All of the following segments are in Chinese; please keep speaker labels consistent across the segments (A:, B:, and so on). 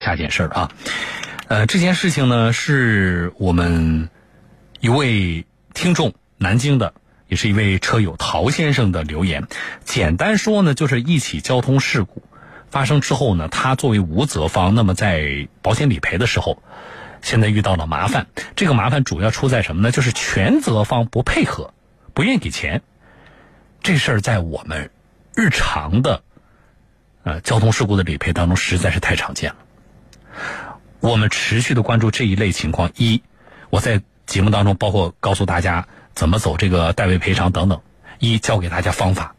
A: 下件事儿啊。呃，这件事情呢，是我们一位听众，南京的，也是一位车友陶先生的留言。简单说呢，就是一起交通事故发生之后呢，他作为无责方，那么在保险理赔的时候，现在遇到了麻烦。这个麻烦主要出在什么呢？就是全责方不配合，不愿意给钱。这事儿在我们日常的呃交通事故的理赔当中实在是太常见了。我们持续的关注这一类情况。一，我在节目当中包括告诉大家怎么走这个代位赔偿等等，一教给大家方法，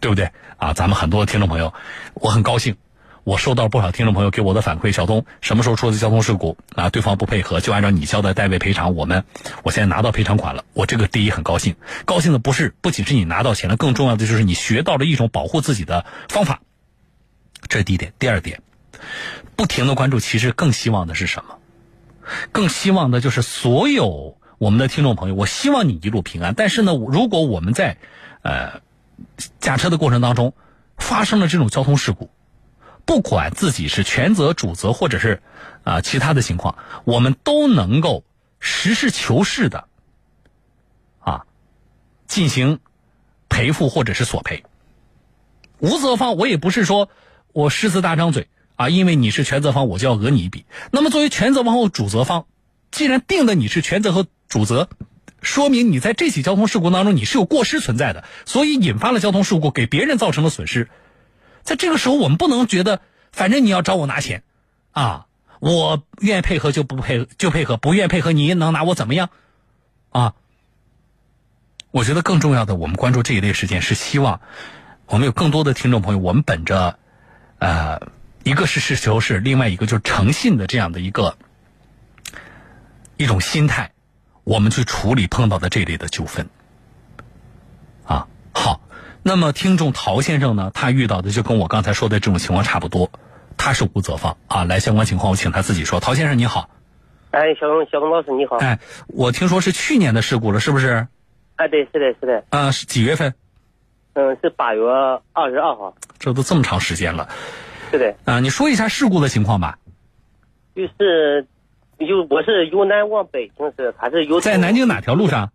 A: 对不对啊？咱们很多听众朋友，我很高兴，我收到不少听众朋友给我的反馈，小东什么时候出的交通事故啊？对方不配合，就按照你交的代位赔偿，我们我现在拿到赔偿款了，我这个第一很高兴，高兴的不是不仅是你拿到钱了，更重要的就是你学到了一种保护自己的方法，这是第一点。第二点。不停的关注，其实更希望的是什么？更希望的就是所有我们的听众朋友，我希望你一路平安。但是呢，如果我们在呃驾车的过程当中发生了这种交通事故，不管自己是全责、主责，或者是啊、呃其他的情况，我们都能够实事求是的啊进行赔付或者是索赔。无责方，我也不是说我狮子大张嘴啊，因为你是全责方，我就要讹你一笔。那么作为全责方和主责方，既然定的你是全责和主责，说明你在这起交通事故当中你是有过失存在的，所以引发了交通事故，给别人造成了损失。在这个时候，我们不能觉得反正你要找我拿钱啊，我愿意配合就不配合就配合，不愿意配合你能拿我怎么样啊？我觉得更重要的，我们关注这一类事件是希望我们有更多的听众朋友，我们本着呃，一个是实事求是，另外一个就是诚信的这样的一个一种心态，我们去处理碰到的这类的纠纷。啊，好，那么听众陶先生呢，他遇到的就跟我刚才说的这种情况差不多，他是无责方啊。来，相关情况我请他自己说。陶先生你好，
B: 哎，小龙，小龙老师你好。
A: 哎，我听说是去年的事故了，是不是？
B: 哎，对，是的，是的，
A: 啊，是几月份？
B: 嗯，是八月二十二号，
A: 这都这么长时间了
B: 是的，
A: 啊！你说一下事故的情况吧。
B: 就是，由我是由南往北行驶，他是由
A: 在南京哪条路上？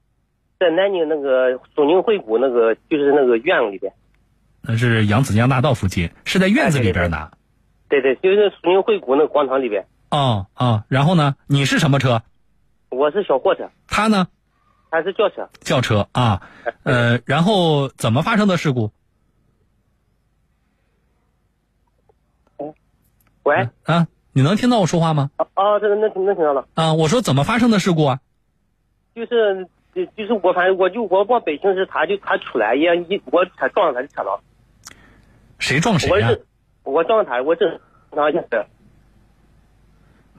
B: 在南京那个苏宁惠谷那个就是那个院子里边，
A: 那是扬子江大道附近，是在院子里边呢。
B: 对对，就是苏宁惠谷那个广场里边。
A: 哦哦，然后呢？你是什么车？
B: 我是小货车，
A: 他呢？
B: 他是轿车，哎
A: 轿车啊。呃，然后怎么发生的事故？
B: 喂，
A: 啊，你能听到我说话吗？
B: 啊啊，这个能听能听到了，
A: 啊，我说怎么发生的事故啊？
B: 就是。就就是我，反正我就我往北行驶，他就他出来也一我他撞上他的车了，
A: 谁撞谁
B: 我
A: 呀、
B: 是我撞他，我正常行驶，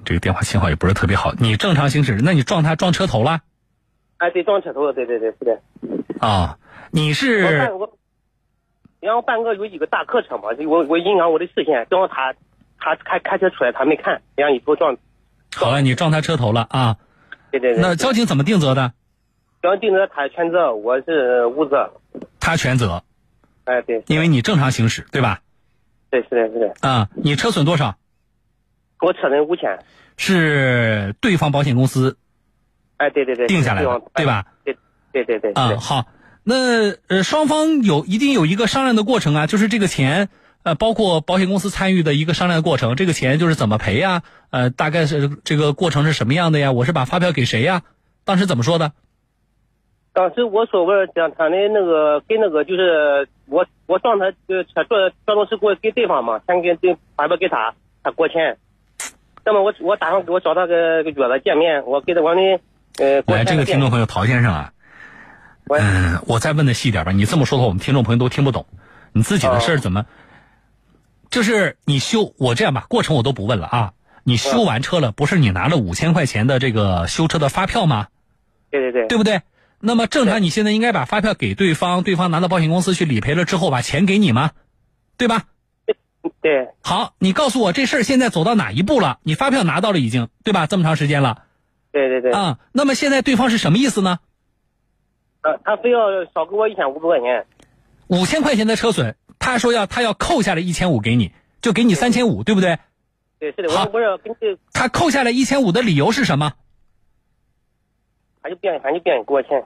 A: 这个电话信号也不是特别好。你正常行驶，那你撞他撞车头了
B: 哎，对，撞车头了，对对对，是的。
A: 啊？你
B: 我
A: 是
B: 半我，然后半个有一个大客车嘛，就我我影响我的视线，然后他他开开车出来，他没看，然后一头撞，
A: 好了，你撞他车头了啊？
B: 对对对，
A: 那交警怎么定责的？
B: 然后定责他全责，我是无责，
A: 他全责，
B: 哎对，
A: 因为你正常行驶，对吧？
B: 对是的是的，
A: 啊，你车损多少？
B: 我车损五千，
A: 是对方保险公司
B: 哎对对对，
A: 定下来的
B: 方，
A: 对？吧？
B: 对对对对，是
A: 啊，
B: 的
A: 好，那呃，双方有一定有一个商量的过程啊，就是这个钱，呃，包括保险公司参与的一个商量的过程，这个钱就是怎么赔呀、呃，大概是这个过程是什么样的呀？我是把发票给谁呀？当时怎么说的？
B: 当时我说我讲他的那个跟那个就是我我撞他呃车撞交通事故给对方嘛，先给对把票给他，他过钱。那么我我打算给我找他个个约了见面，我给他我的呃过
A: 来，
B: 钱
A: 哎这个
B: 见
A: 听众朋友陶先生啊，
B: 喂
A: 嗯，我再问的细点吧，你这么说的话，我们听众朋友都听不懂。你自己的事儿怎么？就是你修，我这样吧，过程我都不问了啊。你修完车了，不是你拿了五千块钱的这个修车的发票吗？
B: 对对对，
A: 对不对？那么正常，你现在应该把发票给对方，对方拿到保险公司去理赔了之后，把钱给你吗？对吧？
B: 对
A: 好，你告诉我这事儿现在走到哪一步了？你发票拿到了已经，对吧？这么长时间了
B: 对对对，啊，
A: 啊、那么现在对方是什么意思呢？
B: 他非要少给我一千五百块钱，
A: 五千块钱的车损，他说要他要扣下来一千五给你，就给你三千五，对不对？
B: 对，是的，
A: 好
B: 我不是跟这，
A: 他扣下来一千五的理由是什么？
B: 他就不愿意，他就不愿意给我钱。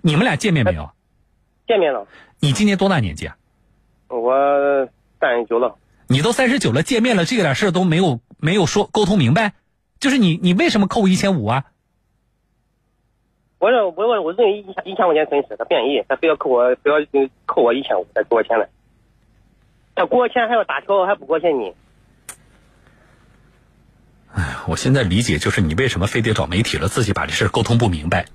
A: 你们俩见面没有？
B: 见面了，
A: 你今年多大年纪啊？
B: 我三十九了，
A: 你都三十九了，见面了，这个点事儿都没有没有说沟通明白，就是你你为什么扣一千五啊？
B: 我说我我我认一千一千块钱损失，他不愿意，他非要扣我，非要嗯扣我一千五，再给我钱来。他给我钱还要打条，还不给我钱你。
A: 我现在理解就是你为什么非得找媒体了，自己把这事儿沟通不明白。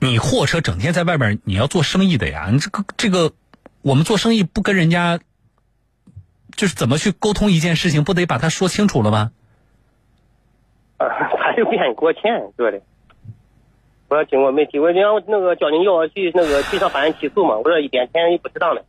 A: 你货车整天在外边儿，你要做生意的呀，你这个这个，我们做生意不跟人家，就是怎么去沟通一件事情，不得把它说清楚了吗？
B: 啊，他就不愿意给我钱，对的。我要经过媒体，我让那个叫你要去那个去上法院起诉嘛，我说一点钱也不值当的。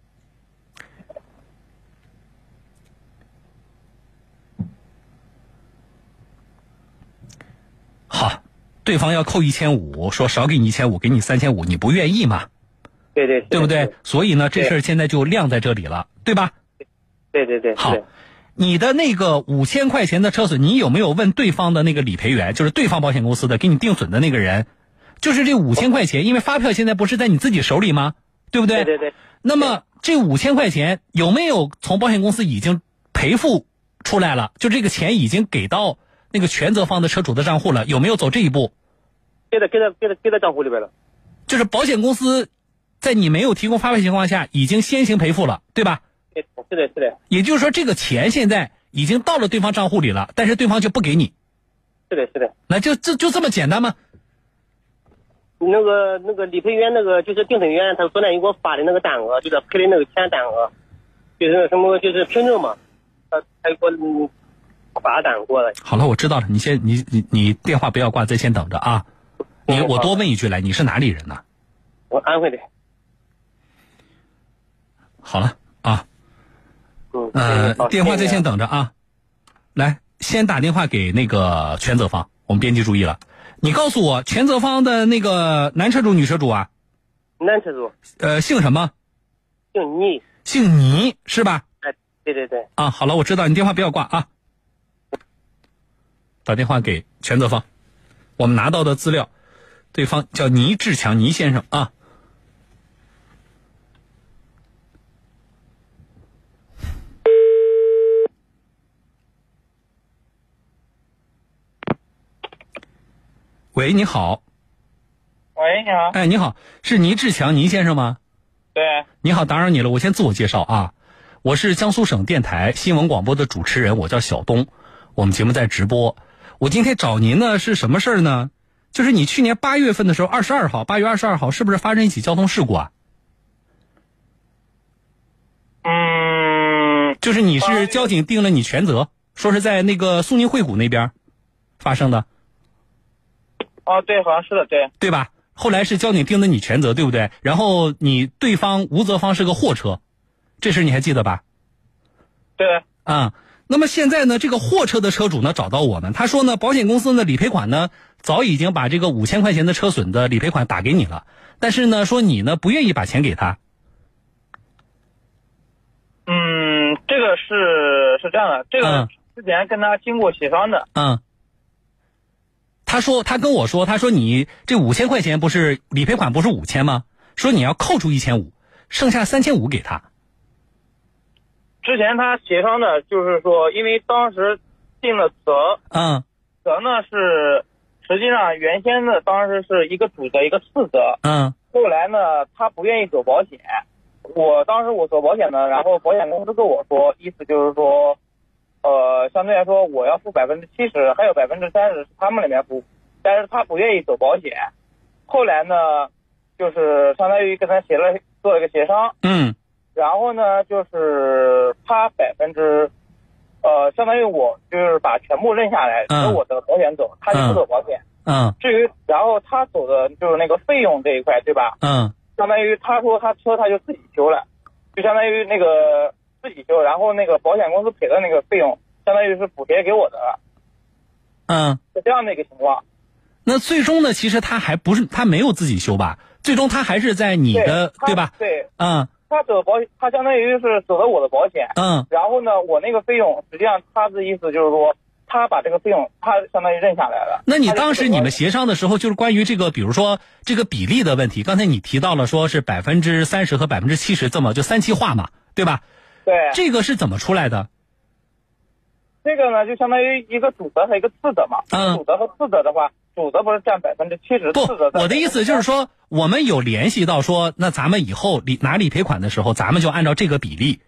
A: 好，对方要扣一千五，说少给你一千五，给你三千五，你不愿意嘛？
B: 对对，是的
A: 对不对？？所以呢，这事儿现在就晾在这里了，对吧？
B: 对对对，是
A: 好
B: 的，
A: 你的那个五千块钱的车损，你有没有问对方的那个理赔员，就是对方保险公司的给你定损的那个人？就是这五千块钱，因为发票现在不是在你自己手里吗？对不对？
B: 对对对，
A: 那么这五千块钱有没有从保险公司已经赔付出来了？就这个钱已经给到那个全责方的车主的账户了，有没有走这一步？
B: 给他给他给他给他账户里边了。
A: 就是保险公司在你没有提供发票情况下，已经先行赔付了，对吧？
B: 对，是的，是的，
A: 也就是说，这个钱现在已经到了对方账户里了，但是对方就不给你，
B: 是的，是的。
A: 那就就就这么简单吗？
B: 那个那个理赔员，那个就是定损员，他昨天给我发的那个单额，就是赔的那个钱单额，就是那什么就是凭证嘛，他他给我嗯发单过来。
A: 好了，我知道了，你先你你你电话不要挂，在线等着啊。你
B: 嗯
A: 我
B: 好
A: 多问一句来，你是哪里人呢、
B: 我安徽的，
A: 好了啊，
B: 嗯，
A: 呃
B: 好，
A: 电话在线
B: 谢谢
A: 等着啊。来，先打电话给那个全责方，我们编辑注意了，你告诉我全责方的那个男车主、女车主啊，
B: 你男车主
A: 呃，姓什么？
B: 姓倪，
A: 姓倪是吧？
B: 哎，对对对，
A: 啊，好了，我知道，你电话不要挂啊。打电话给全责方，我们拿到的资料，对方叫倪志强，倪先生啊。喂，你好，
C: 喂，你好，
A: 哎，你好，是倪志强，倪先生吗？
C: 对，
A: 你好，打扰你了，我先自我介绍啊，我是江苏省电台新闻广播的主持人，我叫小东，我们节目在直播。我今天找您呢是什么事儿呢？就是你去年八月份的时候，二十二号，八月二十二号是不是发生一起交通事故啊？
C: 嗯，
A: 就是你是交警定了你全责，说是在那个苏宁惠谷那边发生的，
C: 哦，对，好像是的，对，
A: 对吧？后来是交警定的你全责，对不对？然后你对方无责方是个货车，这事儿你还记得吧？
C: 对的，
A: 啊。那么现在呢，这个货车的车主呢找到我们，他说呢，保险公司呢理赔款呢早已经把这个五千块钱的车损的理赔款打给你了，但是呢说你呢不愿意把钱给他，
C: 嗯，这个是是这样的，这
A: 嗯
C: 个之前跟他经过协商的，
A: 嗯。他说他跟我说，他说你这五千块钱不是理赔款不是五千吗？说你要扣除一千五，剩下三千五给他。
C: 之前他协商的就是说，因为当时定了责，
A: 嗯
C: 责呢是实际上原先呢当时是一个主责一个次责，
A: 嗯
C: 后来呢他不愿意走保险，我当时我走保险呢，然后保险公司跟我说，意思就是说。呃，相对来说，我要付百分之七十，还有百分之三十是他们那边付，但是他不愿意走保险。后来呢，就是相当于跟他协了做了一个协商，
A: 嗯
C: 然后呢，就是他百分之，呃，相当于我就是把全部认下来，
A: 嗯
C: 由我的保险走，他就不走保险。
A: 嗯
C: 至于然后他走的就是那个费用这一块，对吧？
A: 嗯
C: 相当于他说他车他就自己修了，就相当于那个自己修，然后那个保险公司赔的那个费用，相当于是补贴给我的了，
A: 嗯。
C: 是这样的一个情况。
A: 那最终呢，其实他还不是他没有自己修吧？最终他还是在你的
C: 对他
A: 吧？
C: 对
A: 嗯
C: 他他走保险，他相当于是走了我的保险，
A: 嗯
C: 然后呢，我那个费用，实际上他的意思就是说，他把这个费用，他相当于认下来了。
A: 那你
C: 他认
A: 当时
C: 可了
A: 你们协商的时候，就是关于这个，比如说这个比例的问题，刚才你提到了说是百分之三十和百分之七十这么就三期化嘛，对吧？
C: 对
A: 这个是怎么出来的？
C: 这个呢，就相当于一个主责和一个次责嘛。
A: 嗯
C: 主责和次责的话，主责不是占百分之七十，
A: 不
C: 次责，占
A: 我的意思就是说，我们有联系到说，那咱们以后理拿理赔款的时候，咱们就按照这个比例，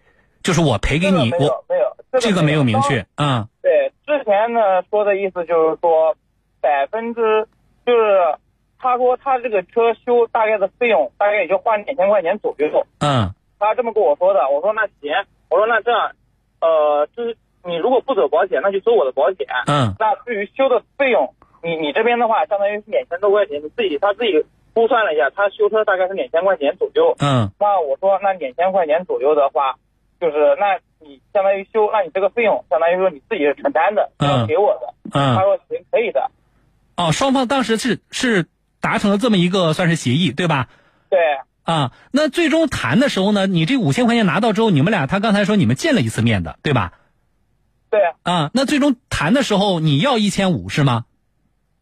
A: 就是我赔给
C: 这个
A: 你，
C: 没
A: 我
C: 有没有
A: 这个没有明。确，嗯
C: 对，之前呢说的意思就是说，百分之就是他说他这个车修大概的费用大概也就花两千块钱左右，
A: 嗯
C: 他这么跟我说的。我说那行，我说那这样，呃，就是你如果不走保险，那就走我的保险。
A: 嗯
C: 那至于修的费用，你你这边的话，相当于是两千多块钱，你自己他自己估算了一下，他修车大概是两千块钱左右。
A: 嗯
C: 那我说，那两千块钱左右的话，就是那你相当于修，那你这个费用相当于说你自己是承担的，
A: 嗯
C: 要给我的。他
A: 嗯，
C: 说行，可以的。
A: 哦，双方当时是是达成了这么一个算是协议，对吧？
C: 对
A: 啊，那最终谈的时候呢，你这五千块钱拿到之后，你们俩他刚才说你们见了一次面的，对吧？
C: 对，
A: 啊，那最终谈的时候你要一千五是吗？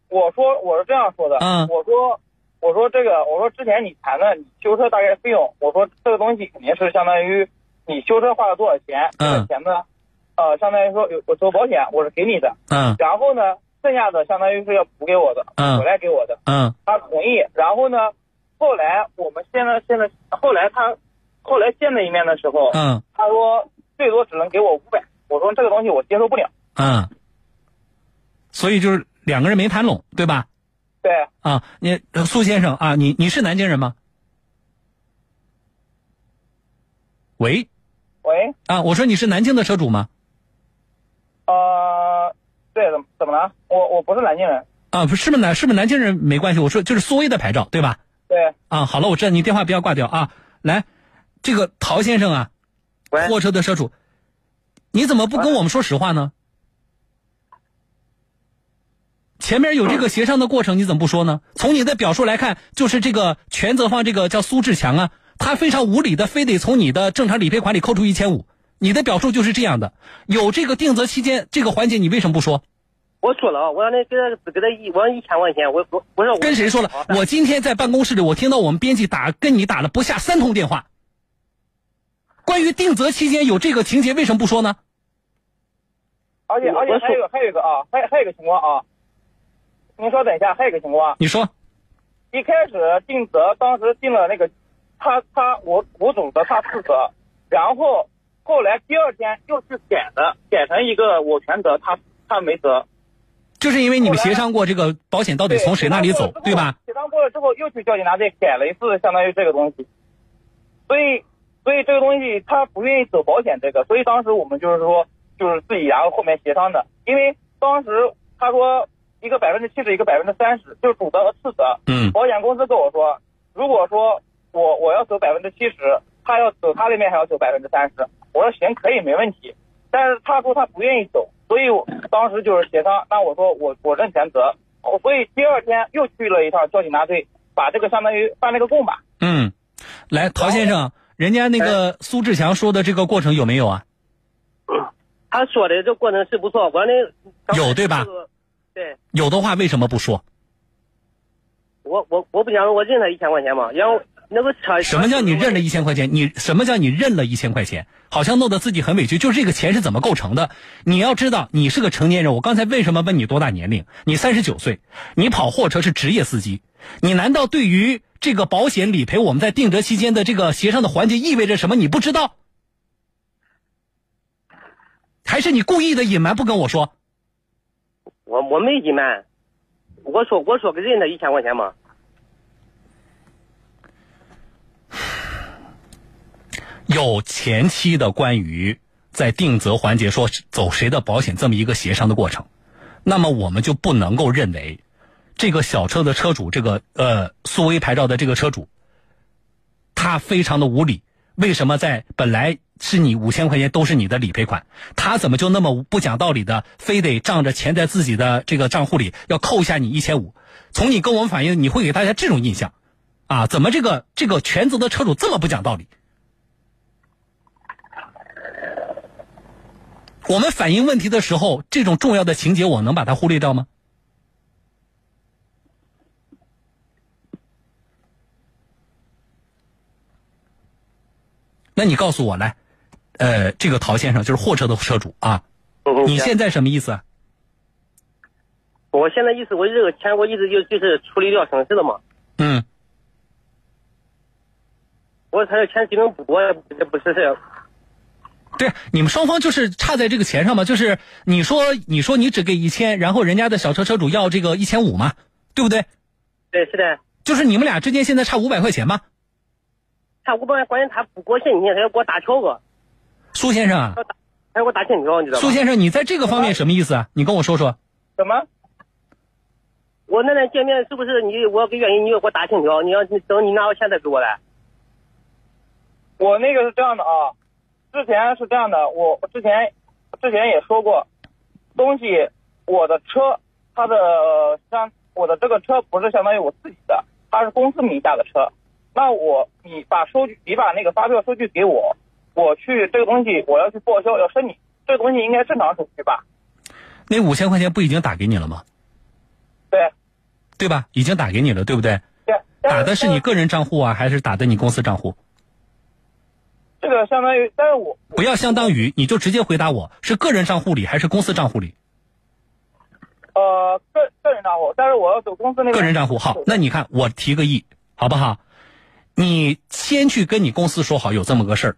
C: 我说我是这样说的，
A: 嗯
C: 我说我说这个，我说之前你谈的你修车大概费用，我说这个东西肯定是相当于你修车花了多少钱，这
A: 嗯
C: 个钱呢，呃，相当于说有我走保险我是给你的，
A: 嗯
C: 然后呢，剩下的相当于是要补给我的，
A: 嗯
C: 回来给我的，
A: 嗯
C: 他同意。然后呢，后来我们现在现在后来他后来见了一面的时候，
A: 嗯
C: 他说最多只能给我五百，我说这个东西我接受不了。
A: 嗯，所以就是两个人没谈拢，对吧？
C: 对，
A: 啊，你呃苏先生啊，你你是南京人吗？喂，
C: 喂，
A: 啊，我说你是南京的车主吗？
C: 呃，对，怎么怎么了？我我不是南京人，
A: 啊，不是不是南是不是南京人没关系，我说就是苏 A 的牌照，对吧？
C: 对，
A: 啊，好了，我知道你电话不要挂掉啊。来，这个陶先生啊，
B: 喂
A: 货车的车主，你怎么不跟我们说实话呢？前面有这个协商的过程，你怎么不说呢？从你的表述来看，就是这个全责方这个叫苏志强啊，他非常无理的，非得从你的正常理赔款里扣除一千五。你的表述就是这样的，有这个定责期间这个环节，你为什么不说？
B: 我说了啊，我让他给他给他一我让一千块钱，我我我说我
A: 跟谁说了？我今天在办公室里，我听到我们编辑打跟你打了不下三通电话。关于定责期间有这个情节，为什么不说呢？
C: 而且
B: 我
C: 而且
B: 我属
C: 还有一个还有一个啊，还还有一个情况啊，您稍等一下，还有一个情况，啊
A: 你说，
C: 一开始定责当时定了那个，他他我我总责他四责，然后后来第二天又是改的，改成一个我全责他他没责，
A: 就是因为你们协商过这个保险到底从谁那里走，对吧？？
C: 协商过了之后，又去交警大队改了一次，相当于这个东西。所以，所以这个东西他不愿意走保险这个，所以当时我们就是说，就是自己然后后面协商的，因为当时他说一个百分之七十，一个百分之三十，就是主责和次责。
A: 嗯
C: 保险公司跟我说，如果说我我要走百分之七十，他要走他那边还要走百分之三十，我说行可以没问题，但是他说他不愿意走，所以我当时就是协商，那我说我我认全责，哦所以第二天又去了一趟交警大队，把这个相当于办了个供吧，
A: 嗯，来，陶先生，人家那个苏志强说的这个过程有没有啊？
B: 他说的这过程是不错，我让他
A: 有对吧？
B: 对，
A: 有的话为什么不说？
B: 我我我不想我认他一千块钱嘛，然后那个车
A: 什么叫你认了一千块钱？你什么叫你认了一千块钱？好像弄得自己很委屈。就是这个钱是怎么构成的？你要知道，你是个成年人。我刚才为什么问你多大年龄？你三十九岁，你跑货车是职业司机，你难道对于这个保险理赔我们在定责期间的这个协商的环节意味着什么？你不知道？还是你故意的隐瞒不跟我说？
B: 我我没隐瞒，我说我说给认他一千块钱嘛，
A: 有前期的关于在定责环节说走谁的保险这么一个协商的过程，那么我们就不能够认为这个小车的车主，这个呃苏 A 牌照的这个车主，他非常的无理。为什么在本来是你五千块钱都是你的理赔款，他怎么就那么不讲道理的，非得仗着钱在自己的这个账户里要扣下你一千五？从你跟我们反映，你会给大家这种印象，啊，怎么这个这个全责的车主这么不讲道理？我们反映问题的时候，这种重要的情节，我能把它忽略掉吗？那你告诉我来，呃，这个陶先生就是货车的车主啊，
B: 嗯嗯，
A: 你
B: 行
A: 现在什么意思啊？
B: 我现在意思，我这个钱我一直就就是处理掉省事了嘛，
A: 嗯，
B: 我他这钱只能补，我也不也不是事。
A: 对，啊你们双方就是差在这个钱上嘛，就是你说你说你只给一千，然后人家的小车车主要这个一千五嘛，对不对？
B: 对，是的，
A: 就是你们俩之间现在差五百块钱嘛，
B: 他五百块钱他不过现金，他要给我打条个，
A: 苏先生啊，
B: 他要给我打欠条，你知道
A: 苏
B: 吗？
A: 先生，你在这个方面什么意思啊？你跟我说说。
C: 什么？
B: 我那天见面是不是你？我给原因，你要给我打欠条，你要你等你拿到钱再给我来。
C: 我那个是这样的啊，之前是这样的，我之前之前也说过，东西我的车，它的呃像我的这个车不是相当于我自己的，它是公司名下的车。那我你把收据，你把那个发票收据给我，我去这个东西我要去报销，要申请这个东西应该正常手续吧？
A: 那五千块钱不已经打给你了吗？
C: 对
A: 对吧？已经打给你了，对不对？
C: 对。但
A: 打的是你个人账户啊，还是打的你公司账户？
C: 这个相当于，但是我
A: 不要相当于，你就直接回答我是个人账户里还是公司账户里？
C: 呃个个人账户，但是我要走公司那边
A: 个人账户好，那你看我提个议，好不好？你先去跟你公司说好有这么个事儿，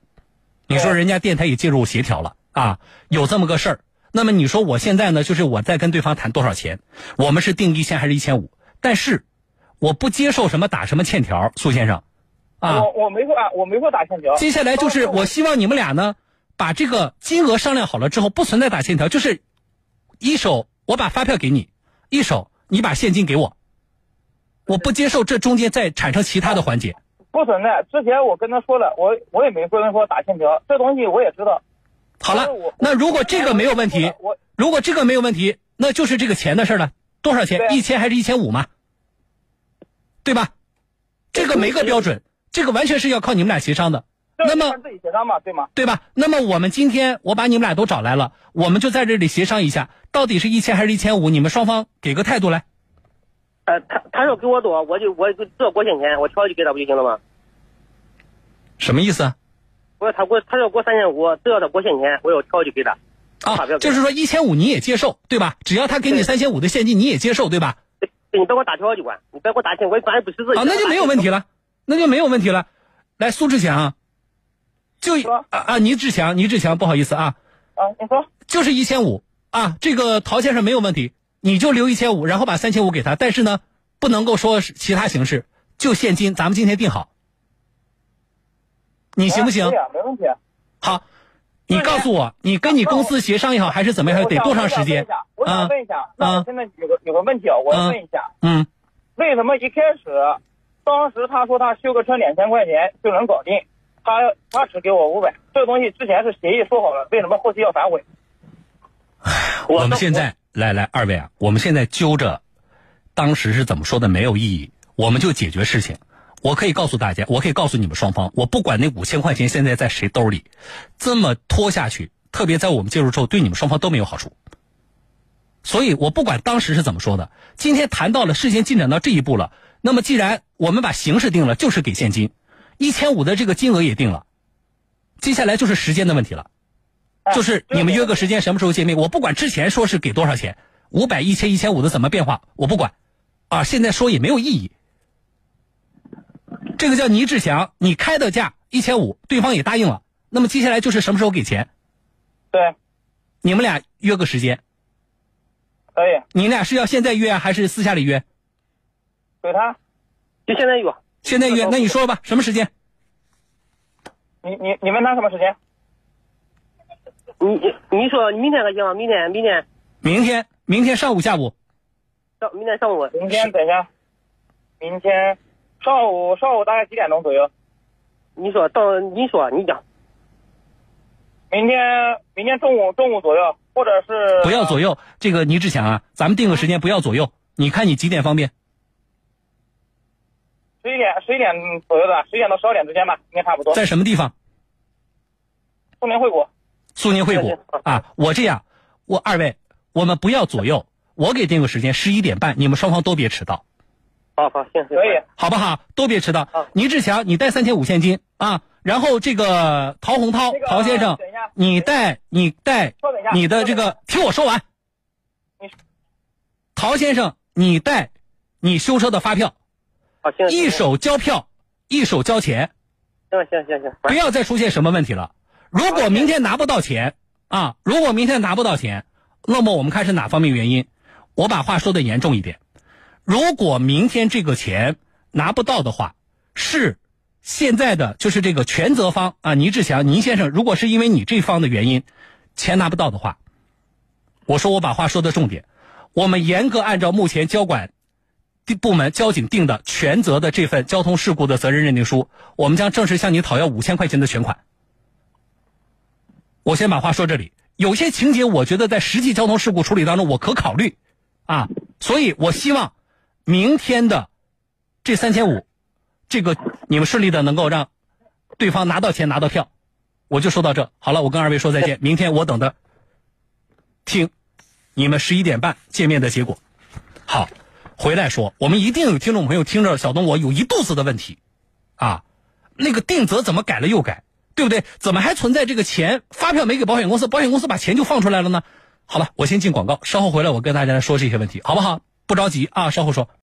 A: 你说
C: 对
A: 人家电台也介入协调了啊，有这么个事儿。那么你说我现在呢，就是我在跟对方谈多少钱，我们是定一千还是一千五？但是我不接受什么打什么欠条，苏先生，啊，
C: 我我没说啊，我没说打欠条。
A: 接下来就是
C: 哦
A: 我希望你们俩呢，把这个金额商量好了之后，不存在打欠条，就是一手我把发票给你，一手你把现金给我，我不接受这中间再产生其他的环节。
C: 不存在。之前我跟他说了，我我也没跟他说打欠条，这东西我也知道。
A: 好了
C: 但是我，
A: 那如果这个没有问题，
C: 我
A: 如果这个没有问题，那就是这个钱的事儿了，多少钱？
C: 对
A: 一千还是一千五嘛？对吧？这个没个标准，这个完全是要靠你们俩协商的。
C: 这
A: 那么
C: 是自己协商嘛，对吗？
A: 对吧？那么我们今天我把你们俩都找来了，我们就在这里协商一下，到底是一千还是一千五？你们双方给个态度来。
B: 呃，他他要给我多，我就我就这过现钱，我条就给他不就行了吗？
A: 什么意思啊？
B: 我说他给我他要给我三千五，这要他给我现钱，我要条就给他。发
A: 啊，
B: 票给
A: 就是说一千五你也接受，对吧？只要他给你
B: 对
A: 三千五的现金，你也接受，对吧？
B: 对你别给我打条就管，你别给我打钱，我反正不识字。
A: 啊，那就没有问题
B: 了。
A: 了，那就没有问题了。来，苏志强，就
C: 说
A: 啊啊，倪志强，倪志强，不好意思啊，
C: 啊，你说
A: 就是一千五啊，这个陶先生没有问题，你就留一千五，然后把三千五给他，但是呢，不能够说是其他形式，就现金，咱们今天定好，你
C: 你
A: 行不行
C: 啊对？呀，没问题。
A: 好，你告诉我，你跟你公司协商也好，还是怎么样，
C: 我
A: 得
C: 想
A: 多长时间
C: 我想
A: 啊？
C: 问一下，我想问一下那我现在有个有个问题啊，我要问一下，
A: 嗯，
C: 为什么一开始，当时他说他修个车两千块钱就能搞定，他他只给我五百，这东西之前是协议说好了，为什么后期要反悔？
A: 我们现在来来，二位啊，我们现在揪着当时是怎么说的没有意义，我们就解决事情。我可以告诉大家，我可以告诉你们双方，我不管那五千块钱现在在谁兜里，这么拖下去，特别在我们介入之后，对你们双方都没有好处。所以我不管当时是怎么说的，今天谈到了事情进展到这一步了，那么既然我们把形式定了，就是给现金，一千五的这个金额也定了，接下来就是时间的问题了。
C: 哎
A: 就是你们约个时间，什么时候见面？我不管之前说是给多少钱，五百、一千、一千五的怎么变化，我不管，啊，现在说也没有意义。这个叫倪志强，你开的价一千五，对方也答应了，那么接下来就是什么时候给钱？
C: 对，
A: 你们俩约个时间，
C: 可以
A: 你俩是要现在约啊还是私下里约？
C: 给他。
B: 就现在有，
A: 现在约，那你说吧，什么时间？
C: 你你你问他什么时间？
B: 你你你说明天可行？明天明天
A: 明天，明天上午、下午，
B: 上明天上午
C: 明天等一下，明天上午上午大概几点钟左右？
B: 你说到你说你讲，
C: 明天明天中午中午左右，或者是
A: 不要左右。这个倪志强啊，咱们定个时间，不要左右。你看你几点方便？
C: 十一点十一点左右的，十一点到十二点之间吧，应该差不多。
A: 在什么地方？
C: 苏宁惠普，
A: 苏宁惠普啊，我这样，我二位，我们不要左右，我给定个时间，十一点半，你们双方都别迟到，
B: 好好行，
C: 可以，
A: 好不好？都别迟到
C: 好。
A: 倪志强，你带三千五现金啊，然后这个陶洪涛
C: 那，个
A: 陶先生，
C: 等一下
A: 你带你带
C: 稍等一下，
A: 你的
C: 稍
A: 这
C: 等一下
A: 个，听我说完
C: 你。
A: 陶先生，你带你修车的发票，
B: 好行，
A: 一
B: 行
A: 手交票，一手交钱，
B: 行行行行，
A: 不要再出现什么问题了。如果明天拿不到钱啊，如果明天拿不到钱，那么我们看是哪方面原因。我把话说的严重一点，如果明天这个钱拿不到的话，是现在的就是这个全责方啊，倪志强倪先生，如果是因为你这方的原因，钱拿不到的话，我说我把话说的重点，我们严格按照目前交管地部门交警定的全责的这份交通事故的责任认定书，我们将正式向你讨要五千块钱的全款。我先把话说这里，有些情节我觉得在实际交通事故处理当中我可考虑，啊，所以我希望明天的这三千五，这个你们顺利的能够让对方拿到钱拿到票，我就说到这。好了，我跟二位说再见，明天我等着听你们十一点半见面的结果。好，回来说，我们一定有听众朋友听着小东我有一肚子的问题，啊，那个定责怎么改了又改，对不对？怎么还存在这个钱发票没给保险公司，保险公司把钱就放出来了呢？好了，我先进广告，稍后回来我跟大家来说这些问题，好不好？不着急啊，稍后说。